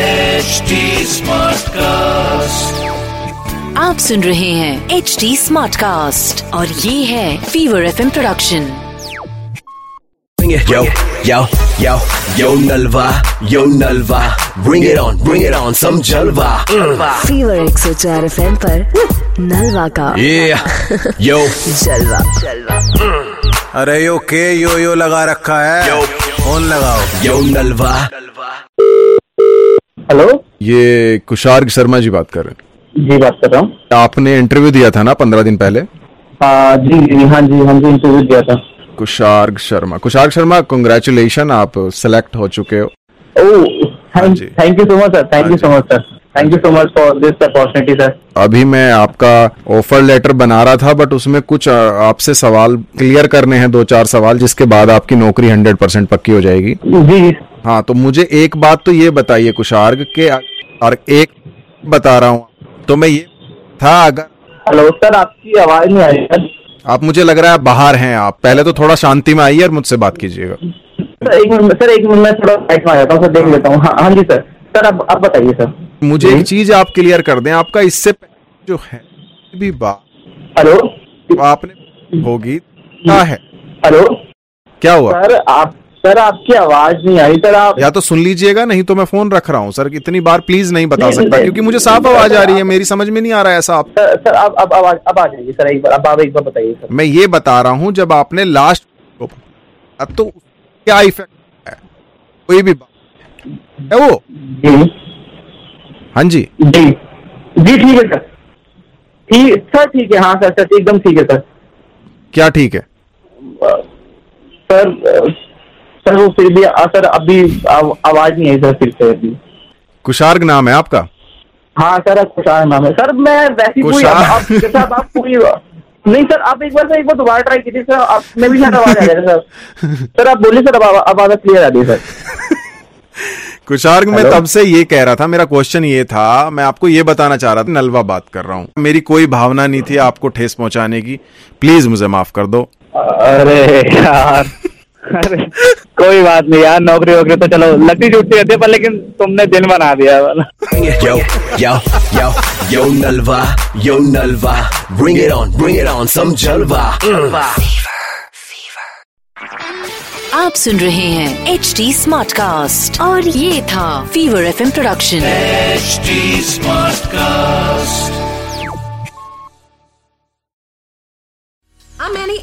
HD Smartcast. आप सुन रहे हैं एच डी स्मार्ट कास्ट और ये है Fever F production Bring it. Yo, yo, yo, yo, Nalva, yo, Nalva. Bring it on, bring it on, some Jalva. Mm. Fever एक सौ चार एफ एम नलवा का Yeah, yo, जलवा जलवा अरे यो के यो यो लगा रखा है Yo. फोन लगाओ yo, Nalva. हेलो ये कुशार्ग शर्मा जी बात कर रहे हैं जी बात कर रहा हूँ आपने इंटरव्यू दिया था ना पंद्रह दिन पहले हाँ, जी जी हाँ जी हाँ जी इंटरव्यू दिया था कुशार्ग शर्मा कुशार्ग शर्मा कंग्रेचुलेशन आप सेलेक्ट हो चुके हो हाँ ओह थैंक जी। हाँ thank you so much sir thank you so much sir thank you so much for this opportunity sir अभी मैं आपका ऑफर लेटर बना रहा था बट उसमें कुछ अ, आपसे सवाल क्लियर करने हैं दो चार सवाल जिसके बाद आपकी नौकरी हंड्रेड परसेंट पक्की हो जाएगी जी जी हाँ तो मुझे एक बात तो ये बताइए कुशार्ग के और एक बता रहा हूँ तो मैं ये था अगर हेलो सर आपकी आवाज नहीं आ रही सर आप मुझे लग रहा है बाहर हैं आप पहले तो थोड़ा शांति में आइए और मुझसे बात कीजिएगा सर एक मिनट सर एक मिनट मैं थोड़ा साइड में आ जाता हूँ सर देख लेता हूँ हाँ हाँ जी सर सर अब अब बताइए सर मुझे हम्म। एक चीज आप क्लियर कर दें आपका इससे पहले जो है भी बात हेलो आपने होगी क्या है हेलो क्या हुआ सर आप सर आपकी आवाज नहीं आई सर आप या तो सुन लीजिएगा नहीं तो मैं फोन रख रहा हूँ सर इतनी बार प्लीज नहीं बता नहीं, सकता नहीं, क्योंकि मुझे नहीं, साफ नहीं, आवाज नहीं, आ रही है आप- मेरी समझ में नहीं आ रहा है ऐसा आप सर सर अब अब अब आ- अब आ जाइए सर एक बार अब आप एक बार बताइए सर मैं ये बता रहा हूँ जब आपने लास्ट तो क्या इफेक्ट है कोई भी बात है वो जी हाँ जी जी जी ठीक है सर ठीक सर ठीक है हाँ सर सर एकदम ठीक है सर क्या ठीक है अ, सर अ, सर वो फिर भी अ, सर अभी आव- आवाज नहीं आई सर फिर से अभी कुशार्ग नाम है आपका हाँ सर अब कुछ आया नाम है सर मैं वैसी पूरी अब कुशाल। अब- जैसा अब आप पूरी नहीं सर आप एक बार सर एक बार दोबारा ट्राई कीजिए सर आप में भी शायद आवाज आ जाएगा सर सर आप बोलिए सर अब आवा- अब आवाज क्लियर आ रही है सर कुशार्ग मैं हेलो? तब से ये कह रहा था मेरा क्वेश्चन ये था मैं आपको ये बताना चाह रहा था नलवा बात कर रहा हूँ मेरी कोई भावना नहीं थी आपको ठेस पहुंचाने की प्लीज मुझे माफ कर दो अरे यार अरे कोई बात नहीं यार नौकरी वोकरी तो चलो लती जुटती रहती है पर लेकिन तुमने दिल बना दिया वाला Bring it. Yo, yo, yo, yo, Nalva, yo, Nalva. Bring it on, bring it on, some Jalva. Mm. आप सुन रहे हैं एच डी स्मार्ट कास्ट और ये था Fever F production HD Smartcast. I'm Annie